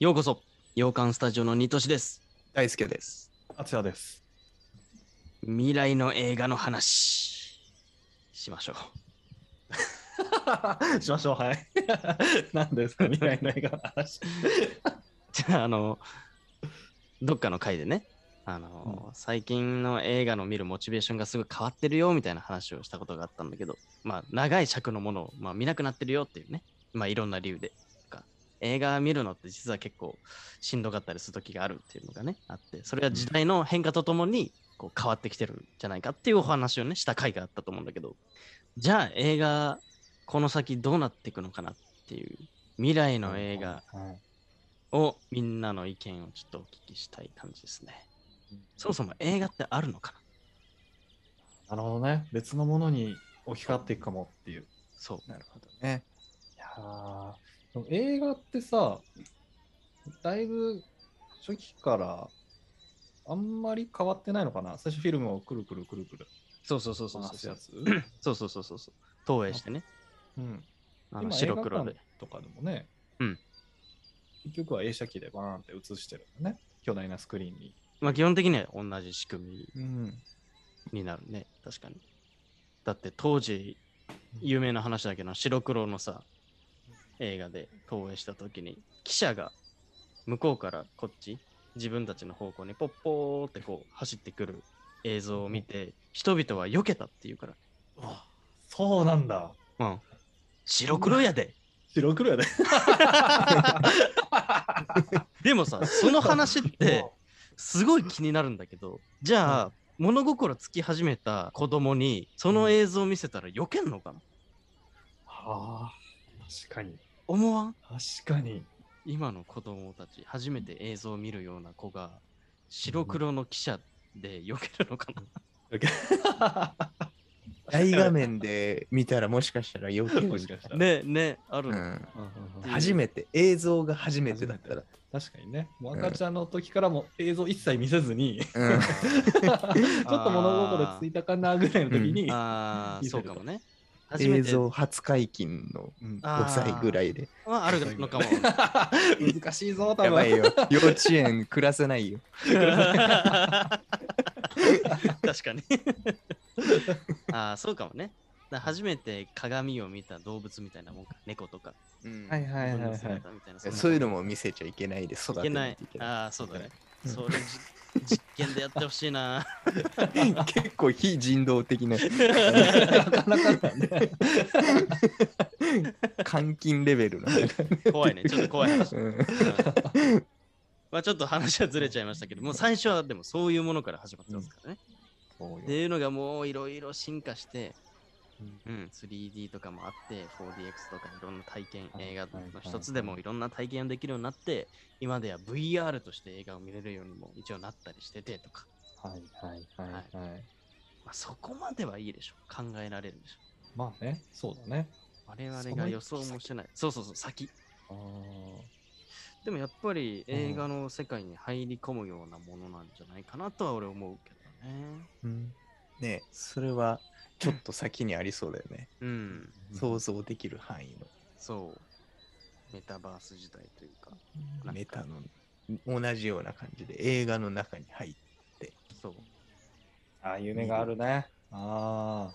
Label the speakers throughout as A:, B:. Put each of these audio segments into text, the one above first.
A: ようこそ、洋館スタジオのニトシです。
B: 大輔です。
C: あちらです。
A: 未来の映画の話、しましょう。
C: しましょう、はい。 何ですか、未来の映画の話。
A: じゃあ、あの、どっかの回でね、あの、最近の映画の見るモチベーションがすごい変わってるよみたいな話をしたことがあったんだけど、まあ、長い尺のものを、まあ、見なくなってるよっていうね、まあ、いろんな理由でとか。映画見るのって実は結構しんどかったりする時があるっていうのがね、あって、それが時代の変化とともにこう変わってきてるんじゃないかっていうお話をね、した回があったと思うんだけど、じゃあ映画、この先どうなっていくのかなっていう、未来の映画、
C: はい。
A: をみんなの意見をちょっとお聞きしたい感じですね。そもそも映画ってあるのかな
C: なるほどね。別のものに置き換わっていくかもっていう。
A: そう。
B: なるほどね。
C: いやーでも映画ってさ、だいぶ初期からあんまり変わってないのかな。最初フィルムをくるくるくるくる
A: そうそうそうそう
C: 回す
A: そ
C: や
A: う。
C: つ。
A: そうそうそうそうそう。投影してね。
C: うん。
A: あの
C: 今
A: 白黒で
C: 映。画館とかでもね、
A: うん
C: 結局は映写機でバーンって映してるんだね。巨大なスクリーンに。
A: まあ基本的には同じ仕組
C: うん。
A: みになるね。確かに。だって当時有名な話だけど白黒のさ映画で投影した時に記者が向こうからこっち自分たちの方向にポッポーってこう走ってくる映像を見て人々は避けたっていうから
C: あそうなんだ。
A: うん。白黒やで。
C: 白黒やで。
A: でも さ、その話ってすごい気になるんだけど、じゃあ、物心つき始めた子供にその映像を見せたら避けんのかな、
C: はあ、確かに。
A: 思わん
C: 確かに。
A: 今の子供たち、初めて映像を見るような子が白黒の記者で避けるのかな、
B: 大画面で見たらもしかしたら余計
C: もしかしたら。
A: ねね、ある
B: う
A: の、
B: ん。
A: うん
B: 初めて、映像が初めてだったら。
C: 確かにね。もう赤ちゃんの時からも映像一切見せずに、 ちょっと物心ついたかなぐらいの時に、
A: あ あ、そうかもね。
B: うん
A: 初め
B: 映
A: て
B: 像初解禁の
C: うん
A: あ
B: 5歳ぐらいで。
A: はあるのかも。
C: 難しいぞ、多分。
B: やばいよ。幼稚園暮らせないよ。
A: 確かにああそうかもねだ初めて鏡を見た動物みたいなもんか猫とか
B: うん
C: はいはいは
A: 自
C: い
A: 分
C: は
A: の
C: い。
A: 姿みたいな
B: そういうの
A: も
B: も見せちゃいけないで育
A: い
B: て
A: けな
B: ない
A: い
B: といけない。
A: ああそうだね
C: うん
A: それじ実験でやってほしいな
B: 結構非人道的 な
C: なかなかだね。
B: 監禁レベルの。
A: 怖いねちょっと怖い話、うん
B: うん
A: まあちょっと話はずれちゃいましたけどもう最初はでもそういうものから始まってますからね、っていうのがもういろいろ進化して、うん、3D とかもあって 4DX とかいろんな体験
C: はい
A: 映画
C: はい
A: の一つでもいろんな体験をできるようになって今では VR として映画を見れるようにも一応なったりしててとか、
C: はいはいはいはい。
A: まあ、そこまではいいでしょ考えられるでしょ
C: まあね、そうだね。
A: 我々
C: その
A: が
C: 先
A: 予想もしてないそうそうそう先
C: あー
A: でもやっぱり映画の世界に入り込むようなものなんじゃないかなとは俺思うけどね
B: うんねえそれはちょっと先にありそうだよね。
A: うん
B: 想像できる範囲
A: そうメタバース時代というか
B: のメタの同じような感じで映画の中に入って
A: そう
C: あー、夢があるね。ああ。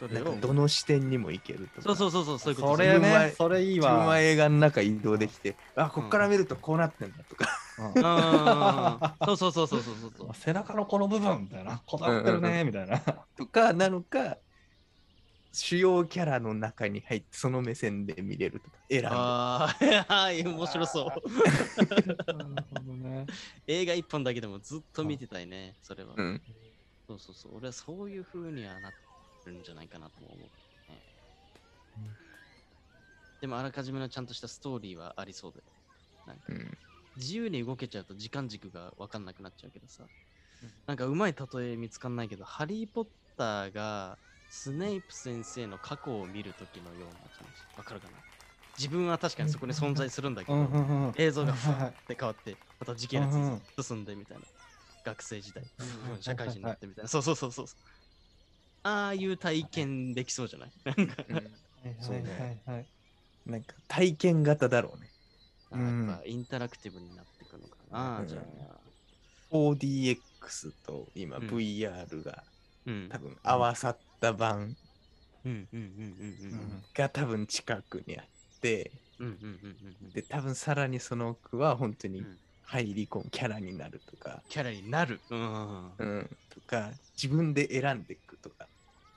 A: そ
B: な
A: れ
B: んか
A: を
B: どの視点にも行けるとか
A: そうそうそうそうそういうこと
C: それ
B: 自分は
C: ね、それいい
B: 自分
C: わ
B: は。映画の中移動できて、あこっから見るとこうなってんだとか、
C: うん
A: あーそうそうそうそうそうそうそう
C: あ背中のこの部分みたいな、こだわってるね、みたいな。
B: とかなのか主要キャラの中に入ってその目線で見れるとか選ぶ
A: ああ、はい、面白そう。
C: なるほどね。
A: 映画一本だけでもずっと見てたいね、それは。
B: うん、
A: そうそうそう。俺はそういう風にはなってるんじゃないかなとも思う、ね
C: うん
A: でもあらかじめのちゃんとしたストーリーはありそうで。なんか
B: うん
A: 自由に動けちゃうと時間軸が分かんなくなっちゃうけどさ。なんかうまい例え見つかんないけど、ハリー・ポッターがスネイプ先生の過去を見るときのような感じ。わかるかな自分は確かにそこに存在するんだけ
C: う
A: ど、
C: んうんうん。
A: 映像がふ
C: はいは
A: わ
C: い
A: って変わって、また時系列に進んでみたいな。学生時代、
C: うん
A: 社会人になってみたいな。そうそうそうそう。ああいう体験できそうじゃない
B: うん
C: はい
B: そうね
C: はいはいはい。
B: なんか体験型だろうね
A: あ
B: うん
A: やっぱインタラクティブになっていくのかな、
B: うん
A: じゃあ。
B: 4DX と今
A: うん
B: VR が
A: うん
B: 多。分合わさった版
A: うんうんうんうんうん
B: が多分近くにあって、
A: うんうんうんうんうん。
B: で、多分さらにその奥は本当
A: う
B: に
A: ん
B: 入り込むキャラになるとか、
A: キャラになる。うんうん
B: うん、とか、自分で選んでいくとか、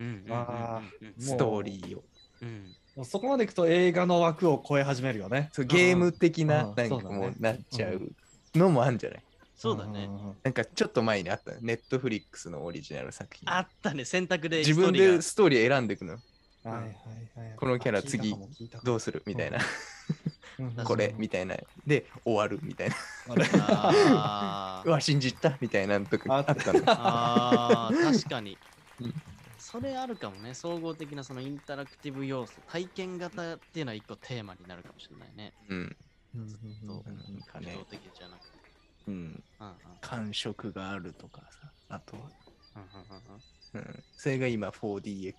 A: うんうん。
C: あ
A: うん
C: もう
B: ストーリーを。
A: うん
C: もうそこまでいくと映画の枠を超え始めるよね。
B: そうゲーム的な
C: うん
B: なんか
C: そうだね
B: もうなっちゃうのもあるんじゃない
A: そうだね
C: ん。うんうん。
B: なんかちょっと前にあったネットフリックスのオリジナル作品。
A: あったね、選択で
B: 自分でストーリー選んでいくの
C: はいはいはい。
B: このキャラ
C: あ聞いた
B: 次
C: かも聞いたかも
B: どうするみたいな、
C: うんうんうん
B: これみたいなで終わるみたいな
C: あれ
A: ストーリーがあ
B: う
A: ー
B: わ信じたみたいなのとか
C: あ
B: あったの
A: あー、確かに
B: うん。
A: それあるかもね、総合的なそのインタラクティブ要素、体験型っていうのは一個テーマになるかもしれないね。
B: うん、
C: うんうん
A: そう
C: うん
B: なんか
A: 自
B: ね
A: 動、的じゃなくて。
B: うん、
A: うんうん
B: 感触があるとかさあとは、
A: うんうんうん
B: うん、それが今 4DX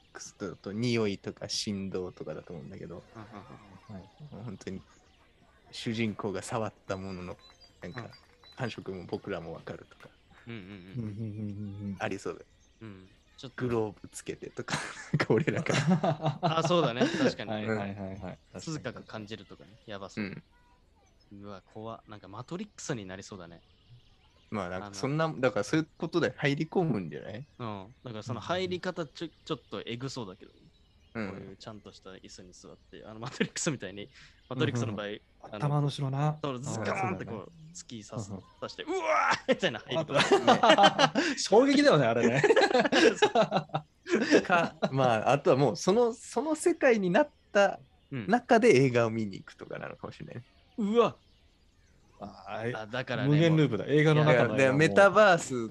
B: だと匂いとか振動とかだと思うんだけど
A: うんうんうん
C: はい
B: もう本当に主人公が触ったもののなんか感触も僕らもわかるとか
A: うん
C: う
A: うんん
C: うんうん
B: ありそうだよ
A: うんうんちょっと
B: グローブつけてとかなんか俺らが、
A: あそうだね確かに
C: はいはいはいはい。
A: 静かく感じるとかねやば
B: う
A: そう、
B: ん、
A: うわ怖っなんかマトリックスになりそうだね
B: まあな
A: あ
B: んか
A: の
B: そんなだからそういうことで入り込むんじゃない、
A: うんだからその入り方ちょちょっとえぐそうだけど、
B: う
A: こうい
B: ん、
A: うちゃんとした椅子に座ってあのマトリックスみたいにマトリックスの場合、あの
C: 頭の後ろな。
A: そうズカーンってこう突き刺す
C: うんうん
A: 刺してうわーみたいな入り
C: あ
A: 方
C: と 衝撃だよね、あ れね。
B: か まああとはもうそのその世界になった
A: うん
B: 中で映画を見に行くとかなのかもしれないね。
A: うわ
C: あ
A: あだからね
C: 無限ルー
A: プ
C: プだ。映画の
B: だか
C: 中
B: ら
C: の
B: だ
C: 映
B: か
C: 画
B: ら
C: も
B: メタバース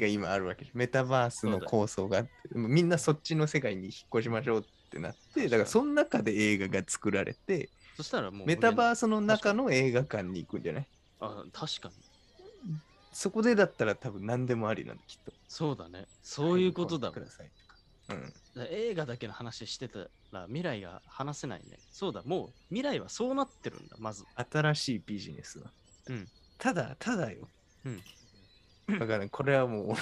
B: が今あるわけでメタバースの構想があってみんなそっちの世界に引っ越しましょうってなってだからその中で映画が作られて
A: そしたらもう
B: メタバ
A: ー
B: ースの中の映画館に行くんじゃない
A: あ確かに
B: そこでだったら多分何でもありなんだきっと。
A: そうだねそういうことだも
B: く
A: ん
B: ださいとかうん、
A: だから映画だけの話してたら未来が話せないね。そうだ、もう未来はそうなってるんだ、まず。
B: 新しいビジネスだ。
A: うん
B: ただ、ただよ。
A: うん
B: だから、これはもう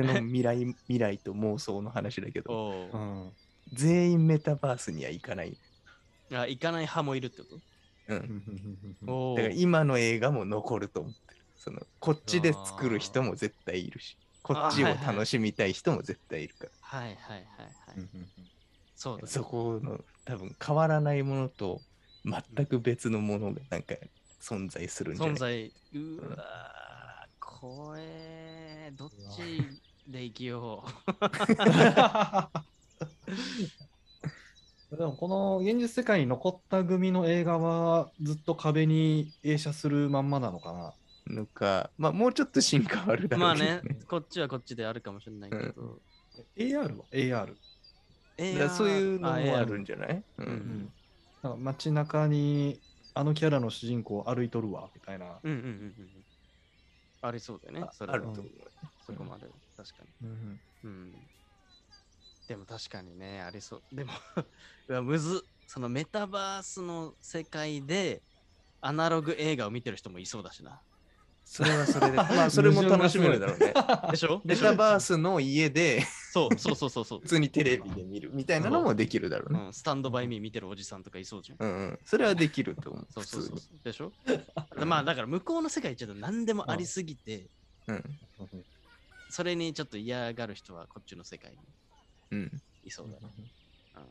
B: の俺の未来、未来と妄想の話だけど、
A: お
C: う
A: ー
C: ん。
B: 全員メタバースには行かない。
A: あ行かない派もいるってこ
B: うん。
A: と
C: お
A: お
B: だから、
A: ー
B: 今の映画も残ると思ってる。その、こっちで作る人も絶対いるし、こっちを楽しみたい人も絶対いるから。
A: はいはいはいはい。そうだ、ね。
B: そこの、多分変わらないものと、全く別のものが、なんか、存在するんじゃない
A: 存在。うわー、怖えー。どっちで生きよ
C: でもこの現実世界に残った組の映画はずっと壁に映写するまんまなのかな
B: のか、まあ、もうちょっと進化はある
A: う。
B: だ ろ
A: まあ
B: うけど
A: ね、こっちはこっちであるかもしれないけど。
C: ?AR は ?AR。
A: え
B: だからそういうのもあるん
A: じ
B: じゃない、
A: う
B: う、
A: んん
C: なんか街中にあのキャラの主人公歩いとるわみたいな。
A: うんうんうんうん。ありそうだよね
B: あ。
A: それ
B: あ
A: は
B: ると思う。
A: そこまで。確かに。
C: うん
A: うん。でも確かにね、ありそう。でも うわ、むずっ。そのメタバースの世界で、アナログ映画を見てる人もいそうだしな。
B: それは それで、まあそれも楽しめるだろうね。
A: でしょ
B: メタバースの家で
A: そうそうそうそうそう
B: 普。通にテレビで見るみたいなのもできるだろう
A: う
B: ね。
A: ん、スタンドバイミー見てるおじさんとかいそうじゃん。
B: うんうん、それはできると思う。
A: そう
B: 普
A: そう
B: 通
A: そう
B: に。
A: そう。でしょ まあだから向こうの世界ちょっと何でもありすぎて、
B: うん。
A: それにちょっと嫌がる人はこっちの世界に
B: うん。
A: いそうだね。あ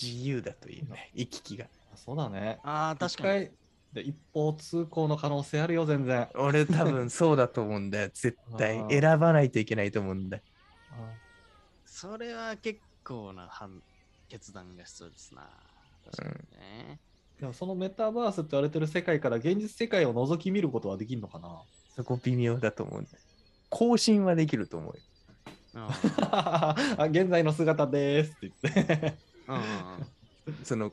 B: 自由だといいね。行き来が。
C: そうだね。
A: あー、確かに。
C: に。で一方通行の可能性あるよ、全然。
B: 俺多分そうだと思うん だよ。絶対
C: あー
B: 選ばないといけないと思うんだよ。
A: それは結構な判決断が必要ですな。確かにね。
C: でもそのメタバースって言われてる世界から現実世界を覗き見ることはできるのかな
B: そこ微妙だと思うんだよ。更新はできると思うよ。
A: うん
C: あ現在の姿ですって言って。
A: うん
B: その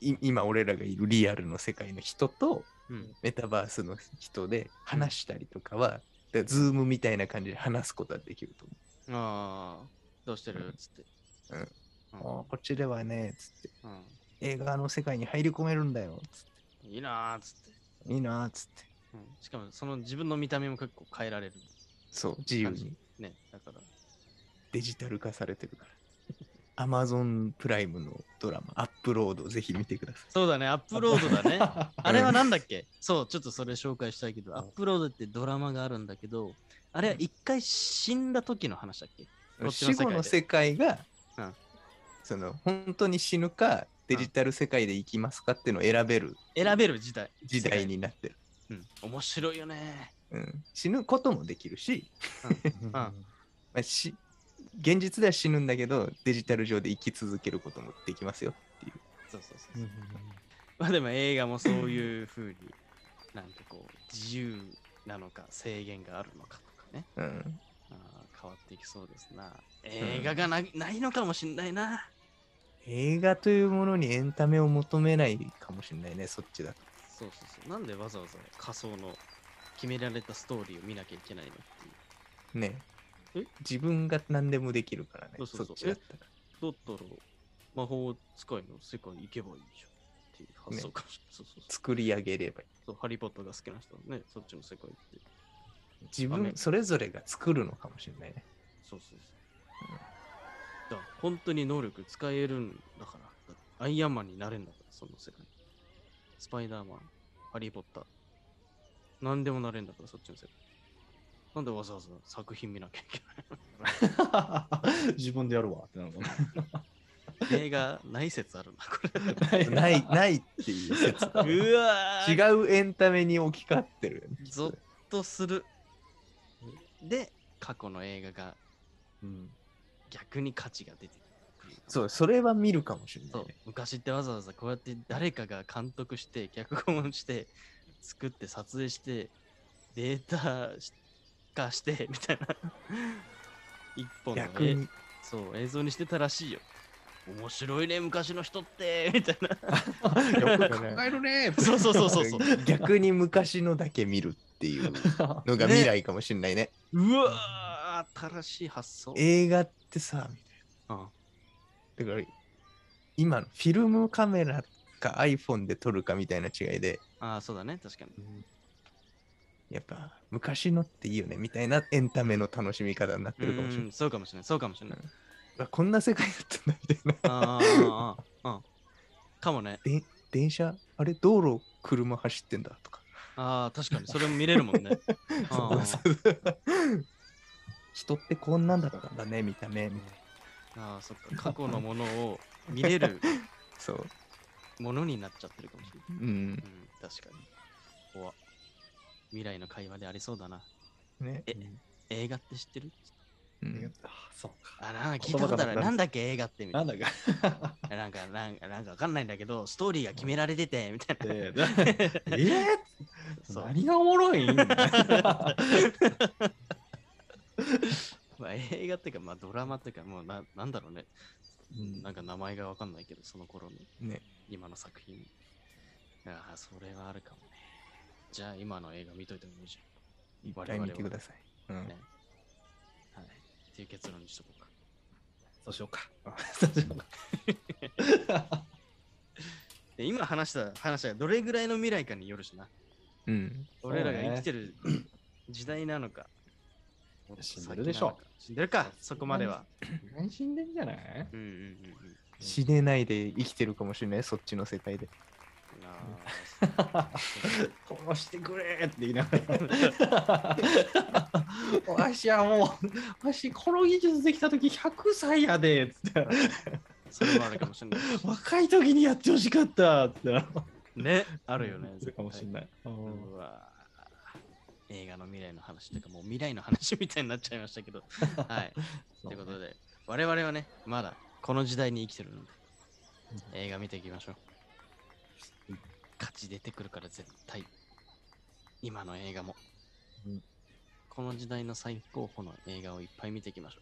B: い今俺らがいるリアルの世界の人と
A: うんうん
B: メタバースの人で話したりとかは、でズームみたいな感じで話すことはできると思
A: うんああ、どうしてるつって。
B: うん
A: う
B: う。こっちではね、つって
A: ん。うん
B: 映画の世界に入り込めるんだよ、つっ
A: いいなーっつって、
B: いいなーっつって。
A: うんしかもその自分の見た目も結構変えられる
B: そう、自由
A: 感
B: に
A: じ。ね。だから、
B: デジタル化されてるから。Amazon プライムのドラマ、アップロード、ぜひ見てください。
A: そうだね、アップロードだね。
B: うん
A: あれはなんだっけそう、ちょっとそれ紹介したいけど、アップロードってドラマがあるんだけど、あれは一回死んだ時の話だっけこっちの
B: 死
A: 世界で
B: 後の世界が、
A: うん
B: その本当に死ぬかデジタル世界で生きますかっていうのを選べる
A: 選べる時代。
B: 時代。になってる、
A: うん、面白いよね。
B: うん、死ぬこともできるし,、
A: あ
B: まあ、し現実では死ぬんだけどデジタル上で生き続けることもできますよっていう
A: そうそうそう。まあでも映画もそういう風に、なんかこう、自由なのか制限があるのかとかね。
B: うん、
A: あー変わっていきそうですな。映画がな,、ないのかもしんないな。
B: 映画というものにエンタメを求めないかもしれないねそっちだと
A: そうそうそう。なんでわざわざ仮想の決められたストーリーを見なきゃいけないのっていう。
B: ね
A: え
B: 自分が何でもできるからね
A: そうそうそう
B: っちだったら
A: だったら魔法使いの世界行けばいいじゃんっていう発想かもしれない。そうそうそう
B: 作り上げればいい
A: そう。ハリー・ポッターが好きな人はね、そっちの世界行って。
B: 自
A: あね
B: 分それぞれが作るのかもしれないね
A: そうそうそう。だから本当に能力使えるんだから。だってアイアンマンになれんだから、その世界。スパイダーマン、ハリー・ポッター。何でもなれんだから、そっちの世界。なんでわざわざ作品見なきゃいけ
C: 自分でやるわってなるのか
A: ない映画ない説あるな、これ。
C: な。
B: ない、ないっていう説だね、
A: うわー
B: 違うエンタメに置き換わってるよね。
A: ゾッとする。で、過去の映画が
C: うん。
A: 逆に価値が出てくる。
B: そう、それは見るかもしれな
A: そ
B: いうね。
A: 昔ってわざわざこうやって誰かが監督して脚本して作って撮影してデータし化して みたいな一本の
B: 逆
A: え
B: に。
A: そう映像にしてたらしいよ面白いね昔の人ってみたいな
B: よく考え
C: 考えるね ー
A: そうそうそうそう そう
B: る逆に昔のだけ見るっていうの
A: ね
B: が未来かもしれないね。
A: うわー新しい発想、
B: 映画ってさ、
A: うん
B: だから今のフィルムカメラか iPhone で撮るかみたいな違いで、
A: ああそうだね確かに
B: やっぱ昔のっていいよねみたいなエンタメの楽しみ方になってるかもしれ
A: うんそうかもしれないそうかもし れない
B: ない。こんな世界だったんだみたいな。
A: あーあーあーあーかもね
B: で電車、あれ道路、車走ってんだとか。
A: ああ確かにそれも見れるも んねあー
B: 人ってこんなんだったんだね、見た目。みたいな
A: ああ、そっか、過去のものを見れる
B: そう。
A: ものになっちゃってるかもしれな
B: うん。
A: い。うん、確かに。怖っ未来の会話でありそうだな。
B: ね。
A: え映画って知ってる
B: うん
C: あそうか。
A: あ、なんか聞い
C: 言
A: た
C: 葉
A: こ
C: が
A: とあ
C: な
A: る。
C: くなる
A: なんだっけ映画ってみた
C: ないんだか。
A: な。なんか、なんか、なんかわかんないんだけど、ストーリーが決められてて、みたいな。
C: えー、え
A: そう
C: 何がおもろいん
A: まあ、映画っていうか、まあ、ドラマっていうか、もうな、なんだろうね。なんか名前がわかんないけど、その頃の、
B: ね。
A: 今の作品。ああ、それはあるかもね。じゃあ、今の映画見といてもいいじ
B: いっぱい見てください。うん
A: ねゃん。はい。っていう結論にしとこうか。
C: そうしようか。 そうしようか。
A: で今話した話はどれぐらいの未来かによるしな。
B: うん。
C: そう
A: 俺
C: ね
A: らが生きてる時代なのか。
C: 死んでるでし
A: 先
C: ょ
A: なのか。死んでるか、そこまでは。
C: 何死んでんじゃ ない
A: うんうんうん
B: 死ねないで生きてるかもしれない、そっちの世界で。
A: うん。なあ
C: 殺してくれって言いながら。 わしはもう、わしこの技術できた時100歳やでっつって、
A: それもあるかもしれない。
C: 若い時にやってほしかったっつって。
A: ね、あるよね。
C: そうかもしれ
A: い。
C: ない。うん
A: うわ映画の未来の話というか、もう未来の話みたいになっちゃいました けど。はい。ということで、我々はね、まだこの時代に生きてるので、映画見ていきましょう。勝ち出てくるから絶対、今の映画も、
C: うん
A: この時代の最高峰の映画をいっぱい見ていきましょ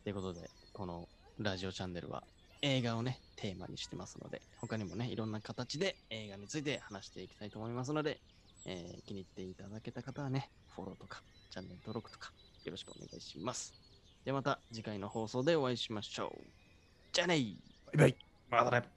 A: う。ということで、このラジオチャンネルは映画をね、テーマにしてますので、他にもね、いろんな形で映画について話していきたいと思いますので、えー気に入っていただけた方はね、フォローとか、チャンネル登録とか、よろしくお願いします。ではまた次回の放送でお会いしましょう。じゃあねー
B: バイバイ。
C: まだね。